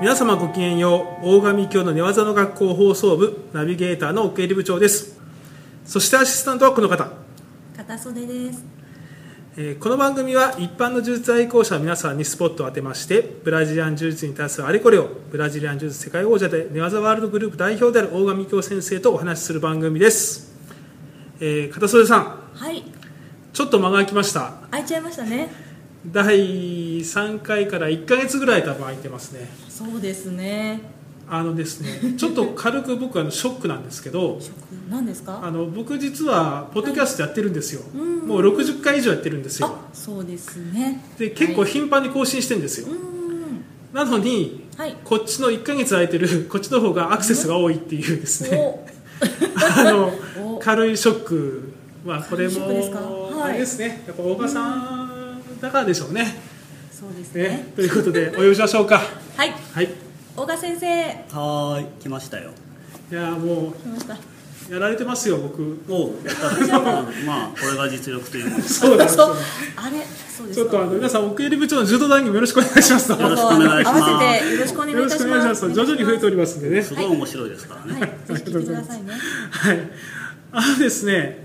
皆様ごきげんよう大神教の寝技の学校放送部ナビゲーターの奥入部長ですそしてアシスタントはこの方片袖です。えーこの番組は一般の柔術愛好者の皆さんにスポットを当てましてブラジリアン柔術に対するあれこれをブラジリアン柔術世界王者で寝技ワールドグループ代表である大神教先生とお話しする番組です、えー片袖さんはい、ちょっと間が空きました開いちゃいましたね。第3回から1ヶ月ぐらい多分空いてますねそうですね。あのですねちょっと軽く僕あのショックなんですけど食なんですか？あの僕実はポッドキャストやってるんですよ、うんもう60回以上やってるんですよあ、そうですね。で結構はい頻繁に更新してるんですよ、うーん、なのにはい。こっちの1ヶ月空いてるこっちの方がアクセスが多いっていうですね、あおのお軽いショックまあこれ軽いショックですかはもいあれですねやっぱ大川さんだからでしょうね、そうですねね。ということ でお呼びしましょうかはい、はいい大賀先生はーい来ましたよやも来ました。うやられてますよ僕おうやったまあこれが実力とい うものですそうなんですそうよ、あれ、そうでちょすっとあか。の皆さん奥入部長の柔道談義もよろしくお願いしますどようろぞしくお願いします合わせてよろしくお願いいよろたしくしお願いしま。ますす。徐々に増えておりりますんでね。すごい面白いですからね、はい、ぜひ聞いてくださいね。はい。あのですね、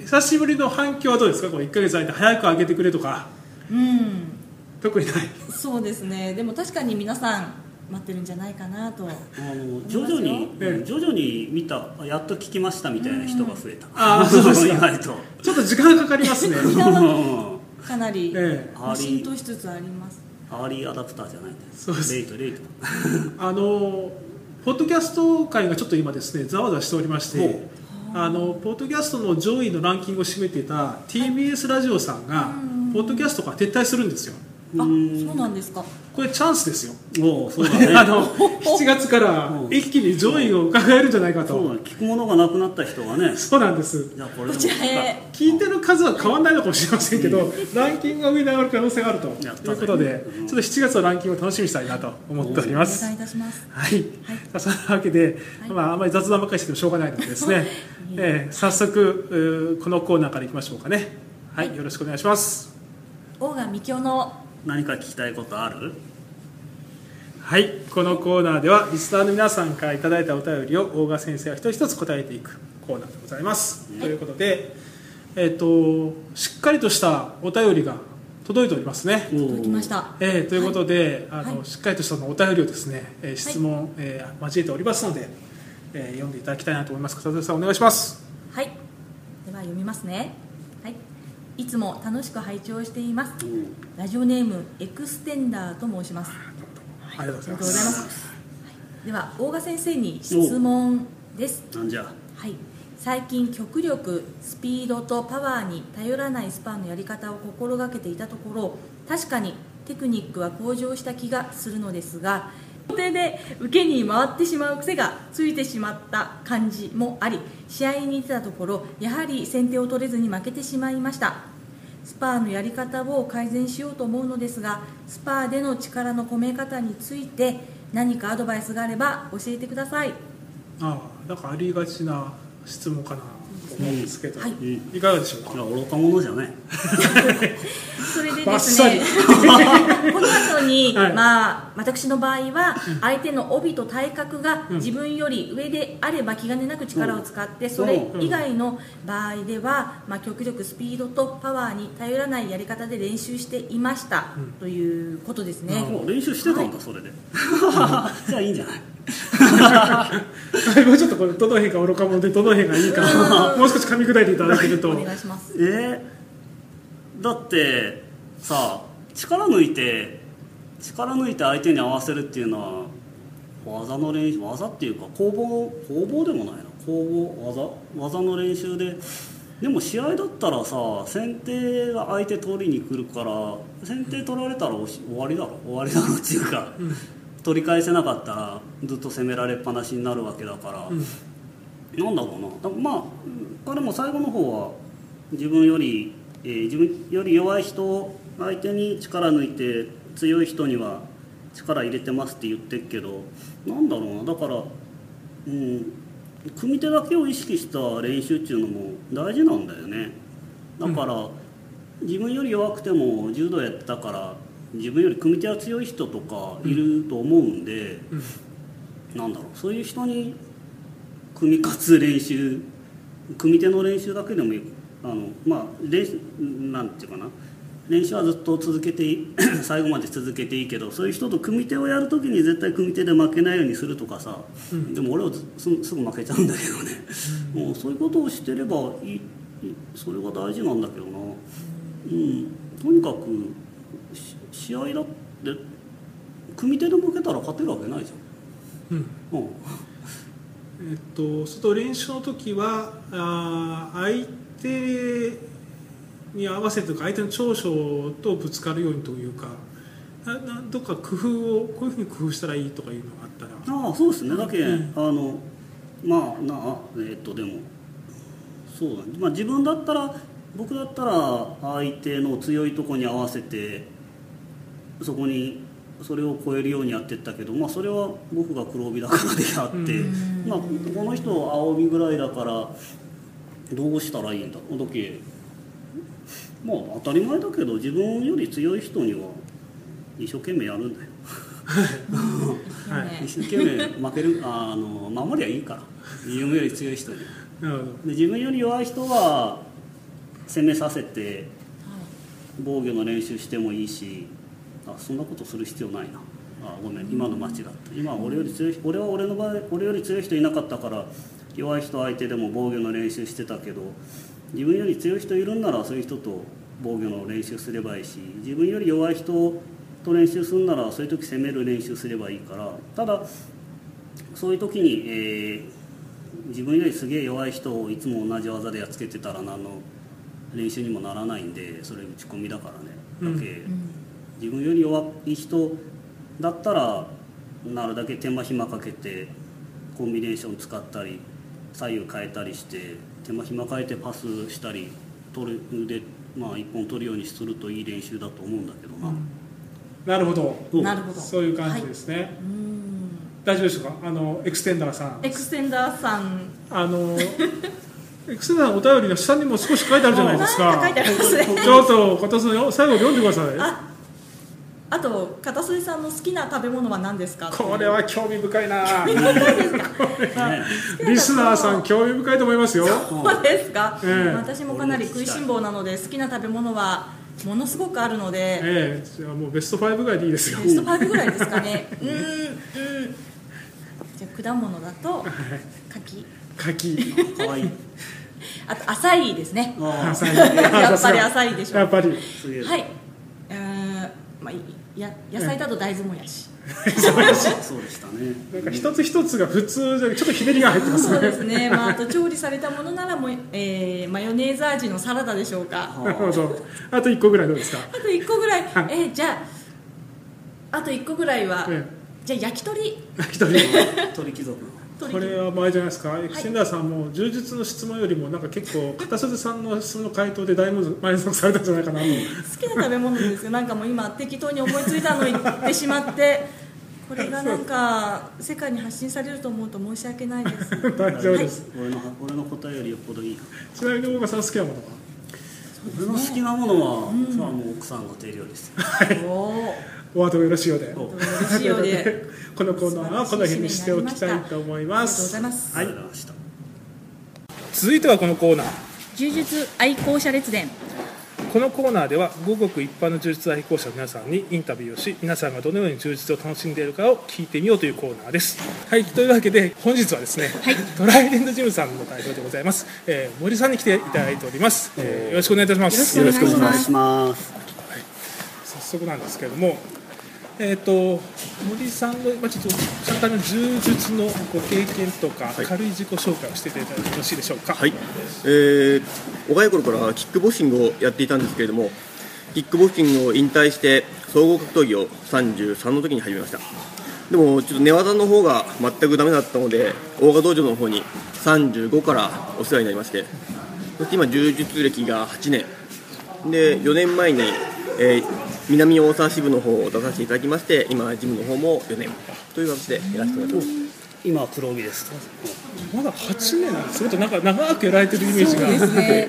久しぶりの反響はどうですか。こう一ヶ月空いて早く上げてくれとかうん。特にない。そうですね。でも確かに皆さん待ってるんじゃないかなと。あの徐々にええ徐々に見たあやっと聞きましたみたいな人が増えた、あーそうですか意外とちょっと時間がかかり ますね。うんかなり ええまあ浸透しつつあります。アーリーアダプターじゃないんだよそうですレイトレイトあのポッドキャスト界がちょっと今ですねざわざわしておりましほてう。あのポッドキャストの上位のランキングを占めていた TBS ラジオさんがポッドキャストから撤退するんですよあ、そうなんですか。これチャンスですよおう そうあだねの7月から一気に上位を伺えるんじゃないかそうだとね聞くものがなくなった人がねそうなんですじゃあこれでもこちらへ聞いてる数は変わらないのかもしれませんけど、ランキングが上に上がる可能性があるとやったいねうことで、うんちょっと7月のランキングを楽しみにしたいなと思っておりおま願す。はいいいたします。さあそんなわけで、はいまあ、あまり雑談ばっかりしててもしょうがないのでですね、 えー早速うーこのコーナーからいきましょうかねはい、よろしくお願いします大賀美京の何か聞きたいことあるはいこのコーナーではリスナーの皆さんからいただいたお便りを大賀先生が一人一つ答えていくコーナーでございます、ということで、えっとしっかりとしたお便りが届いておりますね届きました。えーということで、あのはいしっかりとしたそのお便りをですね、えー質問、えー交えておりますので、えー読んでいただきたいなと思います片田さんお願いしますはい。では読みますね。はい。いつも楽しく拝聴しています。おうラジオネームエクステンダーと申します。ありがとうございまありがとうございますす。はいでは大賀先生に質問です。なんじゃはい。最近極力スピードとパワーに頼らないスパンのやり方を心がけていたところ確かにテクニックは向上した気がするのですが固定で受けに回ってしまう癖がついてしまった感じもあり試合に出たところやはり先手を取れずに負けてしまいましたスパーのやり方を改善しようと思うのですがスパーでの力の込め方について何かアドバイスがあれば教えてくださいああなんかありがちな質問かなと思うんですけど、はいうんいいかがでしょうか や愚か者じゃないそれでバッですサリね この後 に、はいまあ、私の場合は相手の帯と体格が自分より上であれば気兼ねなく力を使って、それ以外の場合では、まあ、極力スピードとパワーに頼らないやり方で練習していました、うんということですね、もう練習してたんだそれで じゃあいいんじゃないもうちょっとこれどの辺が愚か者でどの辺がいいかうんもう少し噛み砕いていただけるとお願いしますえーだってさ力抜いて力抜いて相手に合わせるっていうのは技の練習技っていうか攻防攻防でもないな攻防技技の練習ででも試合だったらさ先手が相手取りに来るから先手取られたらおし終わりだろ終わりだろっていうか、取り返せなかったらずっと攻められっぱなしになるわけだから。うんなんだろうなだまあ彼も最後の方は自分より、えー自分より弱い人を相手に力抜いて強い人には力入れてますって言ってるけどなんだろうなだから、うん、組み手だけを意識した練習っていうのも大事なんだよねだから、自分より弱くても柔道やってたから自分より組み手が強い人とかいると思うんで、うんなんだろうそういう人に組み勝つ練習組み手の練習だけでもいいあのまあ練習なんていうかな練習はずっと続けてい い最後まで続けていいけどそういう人と組み手をやるときに絶対組み手で負けないようにするとかさ、うんでも俺はずすすぐ負けちゃうんだけどね、もうそういうことをしてればいいいいそれが大事なんだけどなうんとにかくし試合だって組み手で負けたら勝てるわけないじうんゃん、うん、えっと、そうすると練習の時はあー相手に合わせてというか相手の長所とぶつかるようにというかななどっか工夫をこういうふうに工夫したらいいとかいうのがあったらああそうですねだけ、うんあのまあなあえーっとでもそうだね、まあ、自分だったら僕だったら相手の強いとこに合わせてそこにそれを超えるようにやってったけど、まあ、それは僕が黒帯だからであって、うんまあ、この人青帯ぐらいだからどうしたらいいんだだけまあ当たり前だけど自分より強い人には一生懸命やるんだよ。はいね一生懸命負けるあの守りゃいいから自分より強い人にでなるほど自分より弱い人は攻めさせて防御の練習してもいいしあそんなことする必要ないなあごめん今の間違った今俺より強い俺は俺の場合俺より強い人いなかったから弱い人相手でも防御の練習してたけど自分より強い人いるんならそういう人と防御の練習すればいいし自分より弱い人と練習するんならそういう時攻める練習すればいいからただそういう時に、えー自分よりすげえ弱い人をいつも同じ技でやっつけてたら何の練習にもならないんでそれ打ち込みだからね。うんだけ、うん自分より弱い人だったらなるだけ手間暇かけてコンビネーション使ったり左右変えたりして手間暇変えてパスしたり取る腕まあ一本取るようにするといい練習だと思うんだけどな、なるほどどうなるほど、そういう感じですすね、はいうん大丈夫でしょうかあのエクステンダーさんエクステンダーさんあのエクステンダーのお便りの下にも少し書いてあるじゃないですあなかんか書いてありますねちょっと片隅を最後読んでくださいああと片杉さんの好きな食べ物は何ですかこれは興味深いなねリスナーさん興味深いと思います よそうですか、ええ私もかなり食いしん坊なので好きな食べ物はものすごくあるので、ええじゃあもうベスト5ぐらいでいいですよベスト5ぐらいですかねうーんうんじゃあ果物だと柿柿かわいいあと浅いですねあああさりやあっぱさりり浅いでしょやっぱりすげえはい、えーまあ、いや野菜だと大豆もやし、そうでしたねなんか一つ一つが普通じゃなくちょっとひねりが入ってますそうでねすね、まあ、あと調理されたものならも、えーマヨネーズ味のサラダでしょうかなるほはどあと一個ぐらいどうですかあと1個ぐらい、えーじゃああと1個ぐらいは、えじゃあ焼き鳥え一人あ鳥貴族鳥これは前じゃないですかエクセンダーさんも柔術の質問よりもなんか結構片袖さんの質問の回答で大満足満足されたんじゃないかなと好きな食べ物ですよなんかもう今適当に思いついたの言ってしまってこれがなんか世界に発信されると思うと申し訳ないです大丈夫です、俺の俺の答えよりよっぽどいいなちなみに大岡さん好きなものは俺の好きなものは、それはもう奥さんの手料理ですよおーお後がよろしいようでそう嬉しいようでこのコーナーはこの辺にしておきたいと思いありがまとうごすざいますありがとうございました続いてはこのコーナー柔術愛好者列伝このコーナーでは五国一般の柔術愛好者の皆さんにインタビューをし皆さんがどのように柔術を楽しんでいるかを聞いてみようというコーナーですはいというわけで本日はですね、トライデントジムさんの代表でございます、えー森さんに来ていただいております、えーよろしくお願いいたしますよろしくお願いしますます早速なんですけれども、えー、と森さんの、まあ、ちょっと簡単な柔術のご経験とか、軽い自己紹介をしていただいてよろしいでしょうか。はい、えー、若い頃からキックボクシングをやっていたんですけれども、キックボクシングを引退して、総合格闘技を33の時に始めました。でも、ちょっと寝技の方が全くダメだったので、大賀道場の方に35からお世話になりまして、そして今、柔術歴が8年、で4年前に、えー南大沢支部の方を出させていただきまして、今、ジムの方も4年という形でやらせてもらってます。今は黒帯ですまだ8年なんですもっとなんか長くやられてるイメージがですね。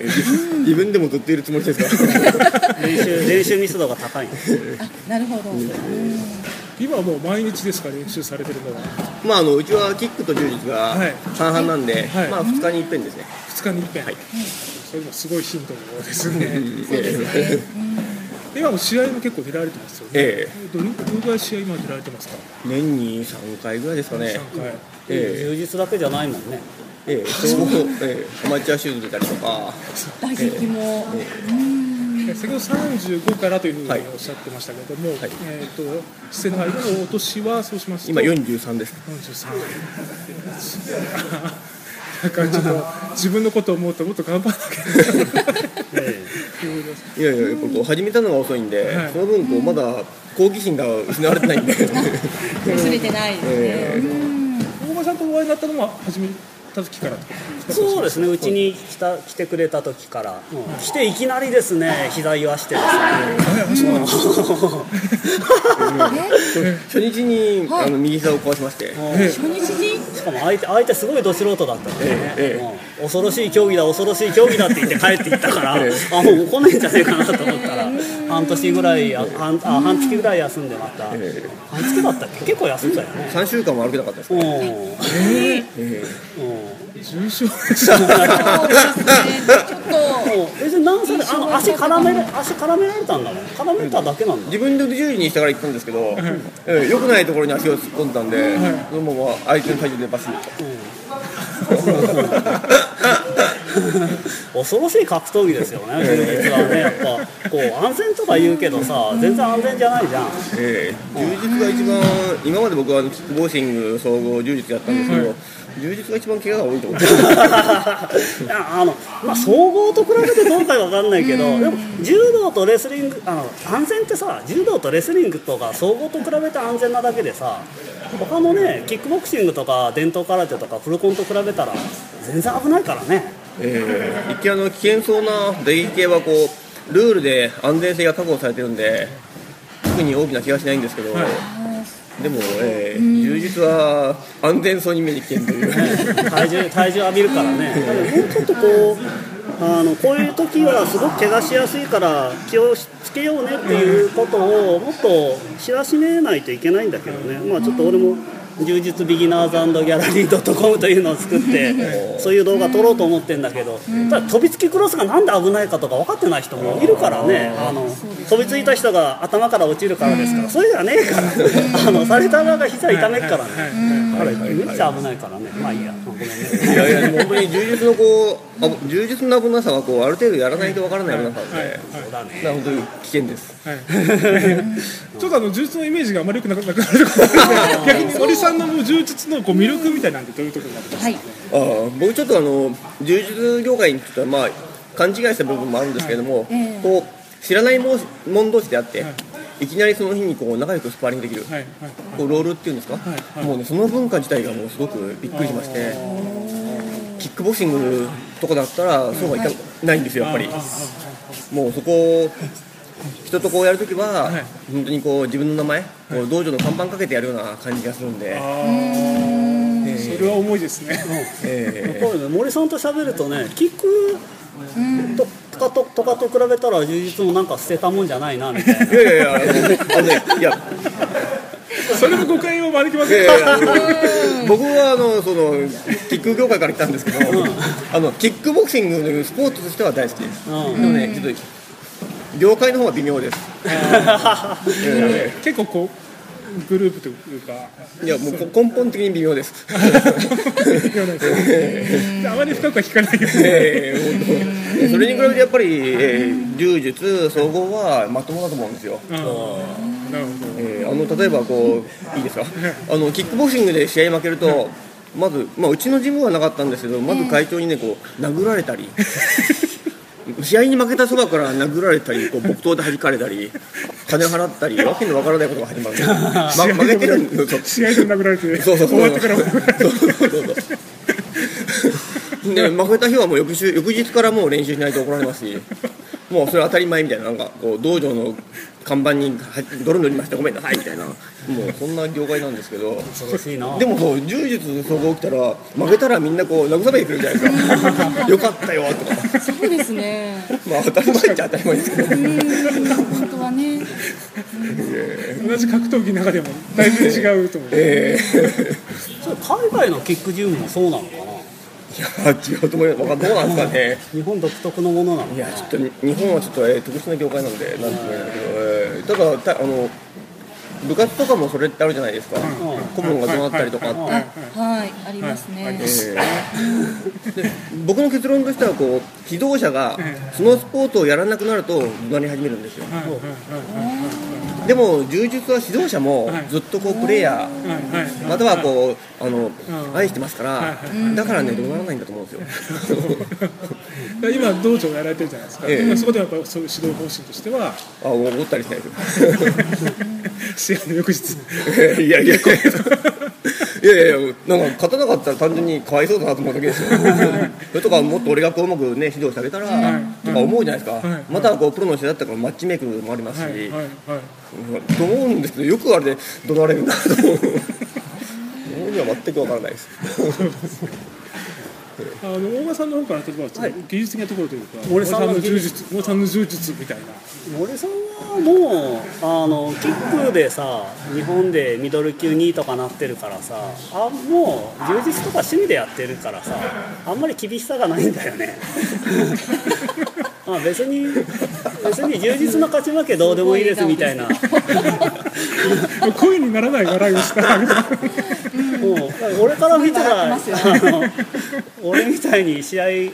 自分でもずっといるつもりですか練習練習密度が高いんですあ、なるほど。今はもう毎日ですか練習されてるのはまああのうちはキックと柔術がはい半々なんで、はいまあ2日に一遍ですね、 2日に1遍、はいそれもすごい頻度ですえねえ今も試合も結構出られてますよね、えどのどのぐらい試合今出られてますか、年に3回ぐらいですかね三回え充実だけじゃないもんねえええそうええアマチュアシュート出たりとか打撃も。先ほど35からというふうにはいおっしゃってましたけども、はいえっ、と視線の間のお年はそうしますと今43です43なんかちょっと自分のことを思うともっと頑張らなきゃ えいやいややっぱこう始めたのが遅いんで、はいその分こうまだ好奇心が失われてない んで薄れてないですね。え大場さんとお会いになったのも始めた時からってことですえかそうですねうちに来た来てくれた時から、来ていきなりですね膝言わしてです初日に、はいあの右膝を壊しまして、ね、え初日に。しかも相手相手すごいど素人だったんで、ねええうん恐ろしい競技だ恐ろしい競技だって言って帰っていったから、えあもう来ないんじゃないかなと思ったら半年ぐらいあ半あ半月ぐらい休んでまた、ええ半月だったっけ結構休んだよね、 3週間も歩けなかったですうね、んえうん重症ですねそう ですね。ちょっと。もう別に何歳であの足絡めれ足絡められたんだもん絡めただけなん だ自分で10時にしたから行ったんですけど、ええ良くないところに足を突っ込んだんで、そのまま相手の体重でバスッと 恐ろしい格闘技ですよね柔術はねやっぱこう安全とか言うけどさ全然安全じゃないじゃんええ柔術が一番今まで僕はあのキックボクシング総合柔術やったんですけど、柔術が一番怪我が多いと思っていやあのまあ、総合と比べてどうかわかんないけど、でも柔道とレスリングあの安全ってさ柔道とレスリングとか総合と比べて安全なだけでさ他のねキックボクシングとか伝統空手とかフルコンと比べたら全然危ないからねええ一見あの危険そうな打撃系はこうルールで安全性が確保されてるんで特に大きな気がしないんですけど、でも、ええ柔術は安全そうに目に危険という体重体重浴びるからねだからもうちょっとこうあのこういう時はすごく怪我しやすいから気をつけようねっていうことをもっと知らしめないといけないんだけどねまあちょっと俺も充実ビギナーズギャラリー .com というのを作ってそういう動画撮ろうと思ってんだけどただ飛びつきクロスがなんで危ないかとか分かってない人もいるからねあの飛びついた人が頭から落ちるからですからそれじゃねえからあのされた側が膝痛めっからねあれめっちゃ危ないからねまあいいやごめんねいやいやでも本当に柔術のこうあ柔術の危なさはこうある程度やらないとわからない危なさなんで、そうだねだから本当に危険ですはい ちょっとあの柔術のイメージがあまり良くなくなくなるかもしれ ない逆に森さんのもう柔術のこう魅力みたいなんてどういうところがあるんですかはい。ああ僕ちょっとあの柔術業界についてはまあ勘違いした部分もあるんですけれども、ええこう知らないもん同士であって、、はいきなりその日にこう仲良くスパーリングできる、はいはいこうロールっていうんですか、はいはいもうねその文化自体がもうすごくびっくりしましてキックボクシングとかだったらそうはいかないんですよやっぱりあああもうそこを人とこうやるときは、はい本当にこう自分の名前、こう道場の看板かけてやるような感じがするんで、あーそれは重いですねえこういうの森さんと喋るとね聞くととかととかと比べたら充実もなんか捨てたもんじゃないなみた いなえいやいやいやあのねいやそれも誤解を招きまいやすいよやいやあの僕はあのそのキック業界から来たんですけど、あのキックボクシングのスポーツとしては大好きです、うんでもねちょっと業界の方は微妙です、え結構こうグループというか えいやもうこ根本的に微妙 です、言わないですあまり深くは聞かないよねええ本当えそれに比べてやっぱり、ええ柔術総合はまともだと思うんですよ、あーなるほどえーあの例えばこういいですかあのキックボクシングで試合負けるとまず、まあ、うちのジムはなかったんですけどまず会長にねこう殴られたり試合に負けたそばから殴られたりこう木刀で弾かれたり金払ったりわけのわからないことが始 まる、ま、負けてるんですよ試合で殴られてそうそうそう終わってからも そうそうそうそうで負けた日はもう翌週翌日からもう練習しないと怒られますしもうそれ当たり前みたいななんかこう道場の看板には泥塗りましたごめんなさいみたいなもうそんな業界なんですけど恐ろしいなでもそう柔術総合来たら負けたらみんなこう慰めてくれるじゃないですかよかったよとかそうですね。まあ当たり前っちゃ当たり前ですけど本当はね。同じ格闘技の中でもだいぶ違うと思う、えそれ海外のキックジムもそうなのかなえいや違うと思いますわかんどうなんですかね日本独特のものなのいやちょっとに日本はちょっと、えー特殊な業界なんでなんとも言えないけど、えーただたあの部活とかもそれってあるじゃないですか、顧問がどうなったりとかって、はいはいはい、ありますね。えーで僕の結論としてはこう指導者がそのスポーツをやらなくなるとなり始めるんですよはいはいでも柔術は指導者もずっとこうプレイヤーはいはいまたはこうあのん愛してますからはだからねどうならないんだと思うんですよ今道場をやられてるじゃないですか、ええそこでやっぱりそういう指導方針としては あ怒ったりしないです試合の翌日 いやいやいやいやいやなんか勝たなかったら単純にかわいそうだなと思うだけですよそれとかもっと俺がこううまくね指導してあげたらとか思うじゃないですか、はいまたはこうプロの人だったからマッチメイクもありますし、はいはいはいうんと思うんですけどよくあれで怒鳴られるなと思う 俺には全くわからないですあの大賀さんの方から例えば、技術的なところというか俺さんの大賀柔術大賀さんの柔術みたいな森さんはもうあのキックでさ日本でミドル級2位とかなってるからさあもう充実とか趣味でやってるからさあんまり厳しさがないんだよねあ別に別に充実の勝ち負けどうでもいいですみたいなも声にならない笑いをしたらみたいなう俺から見たら、笑ってますあの俺みたいに試合え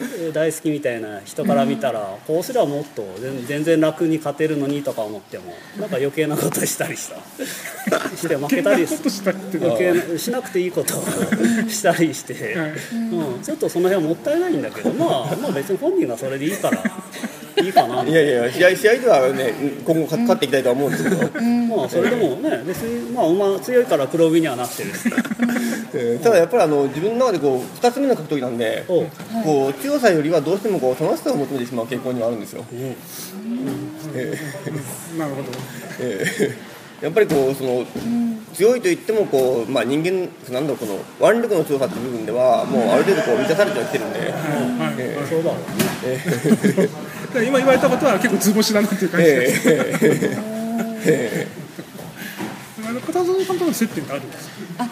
ー大好きみたいな人から見たら、こうすればもっと全全然楽に勝てるのにとか思ってもなんか余計なことしたりした して負けたりちょっとししたっていう余計なしなくていいことを したりして、うん、ちょっとその辺はもったいないんだけど、まあ、まあ別に本人がそれでいい からいいかなみたいないやいや試合試合ではね今後か勝っていきたいとは思うんですけど、まあそれでもね別にまあ馬強いから黒帯にはなってるしえーただやっぱりあの自分の中でこう2つ目の格闘技なんでおうこう強さよりはどうしてもこう楽しさを求めてしまう傾向にはあるんですよ、なるほどえーやっぱりこうその強いといってもこう、まあ、人間なんだろうこの腕力の強さっていう部分ではもうある程度こう満たされてはきてるんで、そうだろうねだから今言われたことは結構図星だなっていう感じえでーえーえあの片園さんとの接点ってあるんですかあ、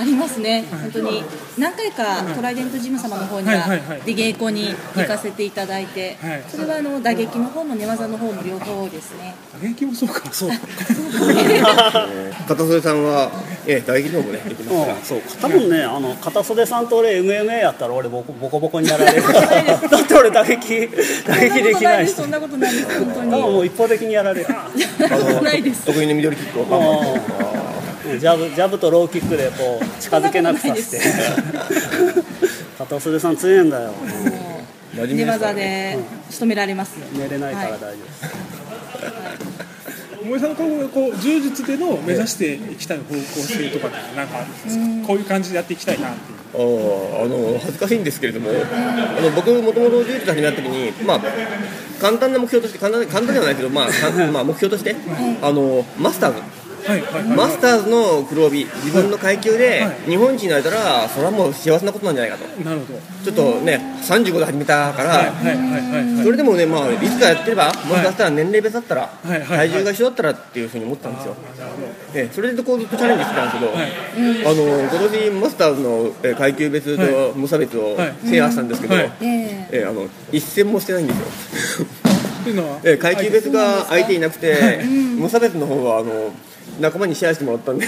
ありますね。本当に何回かトライデントジム様の方にははいはいはいで稽古に行かせていただいてはい、それはあの打撃の方も寝技の方も両方ですね。打撃もそうか そうー片袖さんは、えー、打撃の方もねできますからうんそう多分ねあの片袖さんと俺 MMA やったら俺ボコボコボコにやられるだって俺打撃打撃できないし そんなことないです。そんなこと多分ないですもう一方的にやられるあのないです得意の緑キックをバンバン打ってうんジャブジャブとローキックでこう近づけなくさせて片袖さん強いんだよ本当に。も真面う寝目ですから技ねで仕留められます。寝れないからは大丈夫です、森さんの今後のこう柔術での目指していきたい方向性とかってなんかあるんですかこういう感じでやっていきたいなっていうあーあの恥ずかしいんですけれども、あの僕、もともと柔術始めたときに、まあ、簡単な目標として、簡単簡単ではないけど、まあ、かんまあ、目標として、あのマスターズ、はいはいはいマスターズの黒帯、自分の階級ではい日本一になれたら、それはもう幸せなことなんじゃないかと、なるほどちょっとね、35で始めたかはいら、はいはいはいはいそれでもね、まあ、いつかやってれば、もしかしたら年齢別だったら、いはいはい体重が一緒だったらっていうふうに思ったんですよ。ええそれでこうずっとチャレンジしてたんですけど、はいあの今年マスターズのえー階級別はと無差別をはい制覇したんですけど、はいええ。えーあの一戦もしてないんですよ、っていうのはえー階級別が相手いなくて、無差別の方はあの仲間にシェアしてもらったんで、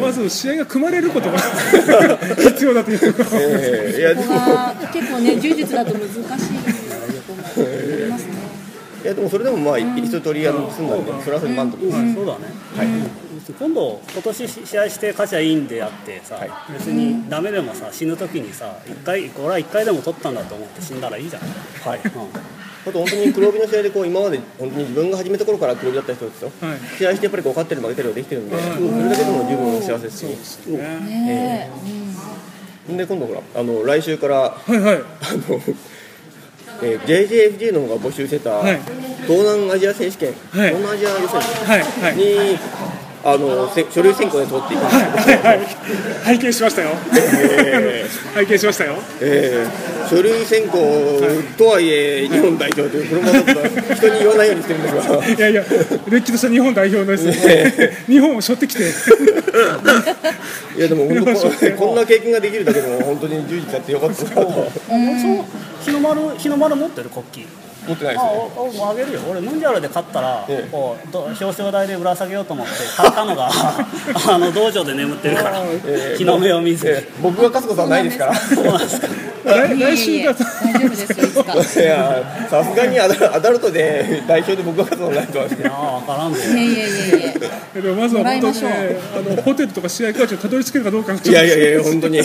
まず試合が組まれること が必要だということえーいやでここもが結構ね柔術だと難しいとこもありますね。いやでもそれでもまあ一通りやるの済んだんで、それはそれで満足です、そうだね、今度今年試合して勝ちゃいいんであってさ、はい別にダメでもさ死ぬ時にさ一回俺は一回でも取ったんだと思って死んだらいいじゃんはい、うあと本当に黒帯の試合でこう今まで本当に自分が始めた頃から黒帯だった人ですよ、はい試合してやっぱりこう勝ったり負けたりはできてるんで、はいそれだけでも十分幸せですし、ねねえ。で今度ほらあの来週から はいはいあのえー JJFG の方が募集してた、はい東南アジア選手権、はい東南アジア予選はいはいに、あのせ書類選考で通っていまはしいた、はいはい拝見しましたよえ拝見しましたよえー書類選考とはいえ、日本代表というこれもちょっと人に言わないようにしてるんですがいやいやれっきとした日本代表ですね日本を背負ってきていやでも本当ここんな経験ができるだけでも本当に充実やってよかったなと思ってあもうそう日の丸日の丸持ってる国旗ないであすねおおもうあげるよ俺ムンジャルで勝ったら、ええこうど表彰台でぶら下げようと思って買ったの があの道場で眠ってるから、ええ日の目を見ずに、えー僕が勝つことはないですからそうなんですか来来いえい週えいえが大丈夫ですよいつ かいやさすがにアダアダルトで代表で僕が勝つのはないと思いますねああ分からんでいえいえいえいえでもまずは本当にもらいねあのホテルとか試合会場にたどり着けるかどうかがいやいやいや本当にい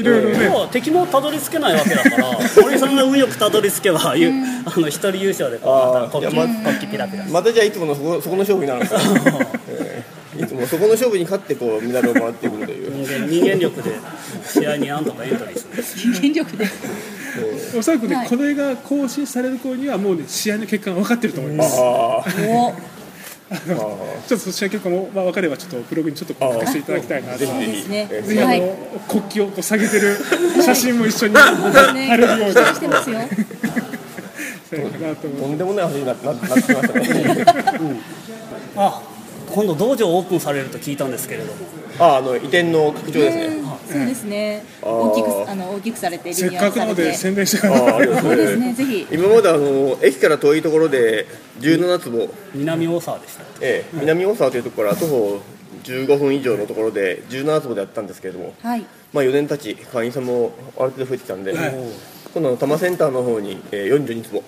ろいろねもう敵もたどり着けないわけだから森さんが運よくたどり着けば、ゆあの一人優勝でこうまたあーい国旗、やま国旗ピラピラまたじゃあいつものそこそこの勝負になるんですか、えーいつもそこの勝負に勝ってこうメダルをもらってくるという人間人間力で試合に何度かエントリーする権力でおそらくね、はいこれが更新される頃にはもうね試合の結果が分かってると思います、あーおちょっと試合結果も、まあ、分かればちょっとブログにちょっと書かせていただきたいなとぜひぜですひ、ねえーぜひあの、はい国旗をこう下げてる写真も一緒にね貼るように期待してますよしたいかなと思いとまんでもない話になななってきましたねあ今度道場オープンされると聞いたんですけれどもあーあの移転の拡張ですうねんそうですねあー大きくあの大きくされてリすせニっューアかルされくなのてでそ宣伝してあーありがとううござでいすますねぜひ今まであの駅から遠いところで17坪、南大沢でしたえー南大沢というところから徒歩15分以上のところで17坪でやったんですけれどもはいまあ、4年経ち、会員さんもある程度増えてきたんで、はい今度の多摩センターの方に、えー、42坪、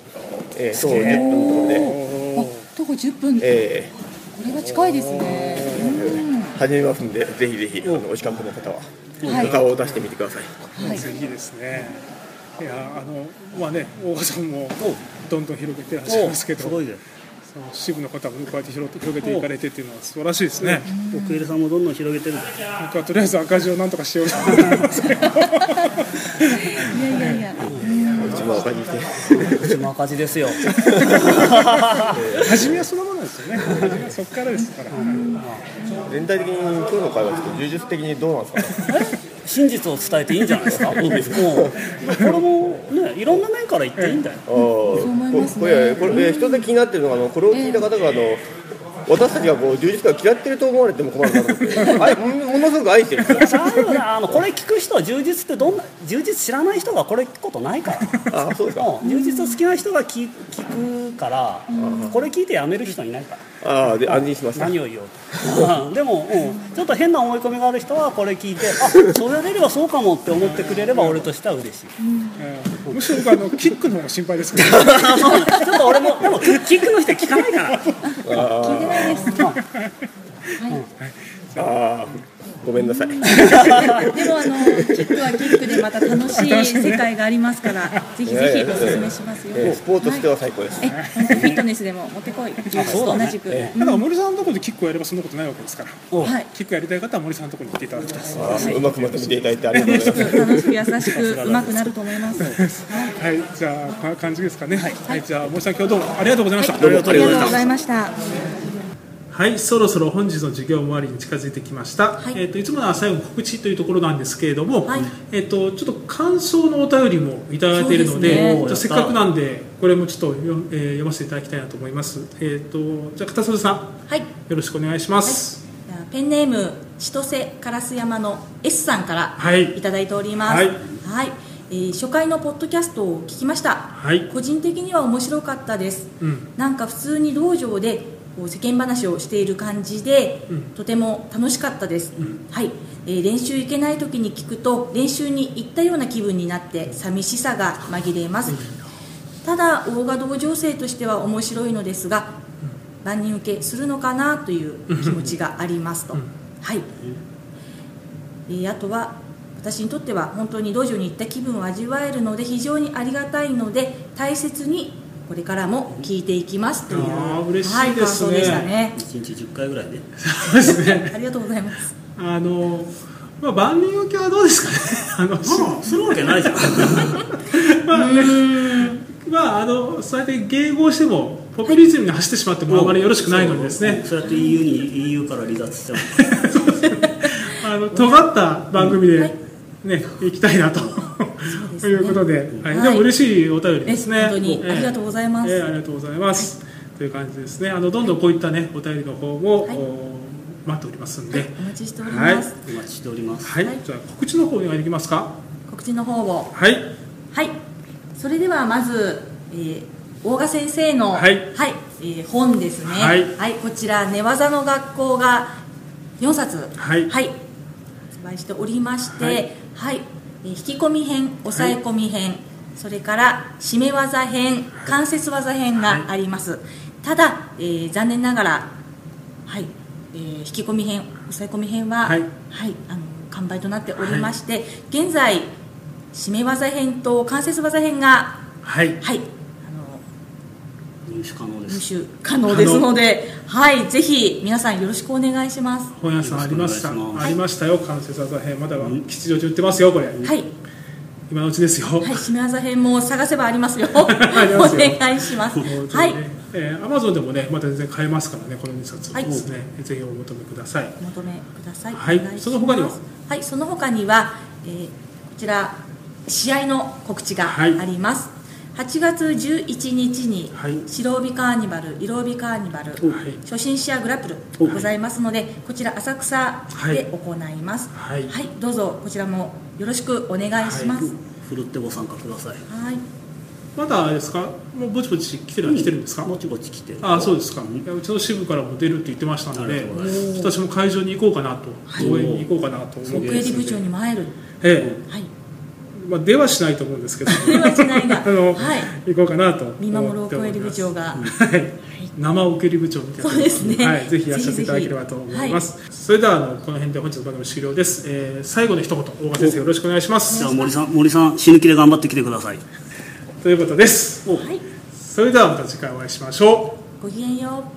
えー、徒歩10分のところで、あ徒歩10分こえれは近いですねうんー始めますんで、ぜひぜひ、あのお近くの方は、はいお顔を出してみてください。はいすいいですねいやあのまあね大川さんもどんどん広げてらっしゃいますけどすごいですその支部の方もこうやって広げていかれてっていうのは素晴らしいですね奥入さんもどんどん広げてる僕はとりあえず赤字をなんとかしようと思ってますけどいやいやいやうちも赤字して、うちも赤字です よ初めはそのものなんですよね初めはそこからですから、全体的に今日の会話、ちょっと充実的にどうなんですか、ね、真実を伝えていいんじゃないですかいいですこれもねいろんな面から言っていいんだよあそう思いますねこれこれ、えー一つ気になってるのが、あのこれを聞いた方が、あの私たちがこう充実感を嫌ってると思われても困るなと思って、あいもものすごく愛してる んですよ。大丈夫だあのこれ聞く人は充実ってどんな充実知らない人がこれ聞くことないからあそうですかもう充実好きな人が聞聞くからこれ聞いてやめる人いないからあーで安心しました。何を言おうとでも、うんちょっと変な思い込みがある人はこれ聞いてあそれ出ればそうかもって思ってくれれば俺としては嬉しいうんむしろ僕あのキックの方が心配ですけどちょっと俺もでも聞くの人聞かないから聞いてないですああ、ごめんなさい。でもあのキックはキックでまた楽しい世界がありますから、ぜひぜひおすすめしますよ。えースポーツとしては最高です。え、本当フィットネスでも持ってこい。そうだね同じく、えだから森さんのところでキックをやればそんなことないわけですからおはい。キックやりたい方は森さんのところに行っていただきたいですあーうまくまとめていただいてありがとうございます。楽しく優しく上手くなると思います。はいはい、じゃあこんな感じですかね。はい、じゃあ森さん今日どうもありがとうございました。ありがとうございました。はい、そろそろ本日の授業終わりに近づいてきました。はいえっ、といつものは最後に告知というところなんですけれども、はいえっ、とちょっと感想のお便りもいただいているので、そうですねちょっとせっかくなんでこれもちょっと読,、えー読ませていただきたいなと思います。えっ、とじゃあ片袖さんはいよろしくお願いします。ペンネーム千歳烏山の S さんからはいいただいております、ははいいえー初回のポッドキャストを聞きました、はい個人的には面白かったです、うん なんか普通に道場でこう世間話をしている感じで、うんとても楽しかったです、はいえー練習行けない時に聞くと練習に行ったような気分になって寂しさが紛れます、ただ大賀道場生としては面白いのですが万人受けするのかなという気持ちがありますと、うんはい、えーあとは私にとっては本当に道場に行った気分を味わえるので非常にありがたいので大切にこれからも聞いていきますというあー嬉しはいい、で感すね想でしたね1日10回ぐらいねそうですね。ありがとうございますあのまあ万人 受けはどうですかね。あの、するわけないじゃんまあね、まああのそうやって迎合してもポピュリズムに走ってしまってもあまりよろしくないのでですね、そうやって EU に EU から離脱しちゃうあの尖った番組で、はいね、行きたいなと。ですとねいうことで、はい、はいでも嬉しいお便りですね。え本当にええありがとうございますええありがとうございます。という感じですね。あのどんどんこういったねお便りの方も、はいお待っておりますんで、お待ちしております、お待ちしておりますはい、はいじゃあ告知の方お願いできますか。告知の方をはい、はいそれではまず、えー大賀先生の、はいえー本ですねはいこちら「寝技の学校」が4冊はいはい、発売しておりましはて、はいいえー引き込み編抑え込み編、それから締め技編関節技編があります、ただ、えー残念ながら、はいえー引き込み編抑え込み編は、ははいいあの完売となっておりまして、現在締め技編と関節技編が、はい、はい、あの入手可能で入す手可能ですので、はい、ぜひ皆さんよろしくお願いします。本屋さんありました。よろしくお願いしますありましたよ。関節技編まだは吉祥寺売ってますよこれ。はい今のうちですよ。はい、締め技編も探せばあ りますよ。りますよお願いします。本当はいに、ね。ええ Amazon でもねまた全然買えますからねこの2冊はいですね、ぜひお求めください。お求めください。はいお願しますその他にははい、その他には、えーこちら試合の告知がはあいります。8月11日にはい白帯カーニバル、色帯カーニバル、はい初心者グラップルおございますので、こちら浅草で行います。はいはい、どうぞこちらもよろしくお願いします。ふるってご参加くださいはい、まだあれですか。もうぼちぼち来てる、来てるんですか。ぼちぼち来てるああそうですか、んいやうちの支部からも出るって言ってましたのなでるほどね私も会場に行こうかなと、い応援に行こうかなと思って奥ます襟の部で長にも会える。え はい、えまあ、出はしないと思うん ですけどではしないが、あのはい。行こうかなと思って見守る奥おり襟ま部す長が、はい生受け入り部長みたいなそうですねはい、ぜひいらっしゃっていただければと思いますそれではあのこの辺で本日の番組終了です、えー最後の一言大川先生よろしくお願いしまじすゃあ森さん森さん死ぬ気で頑張ってきてくださいということですはい、それではまた次回お会いしましょうごきげんよう。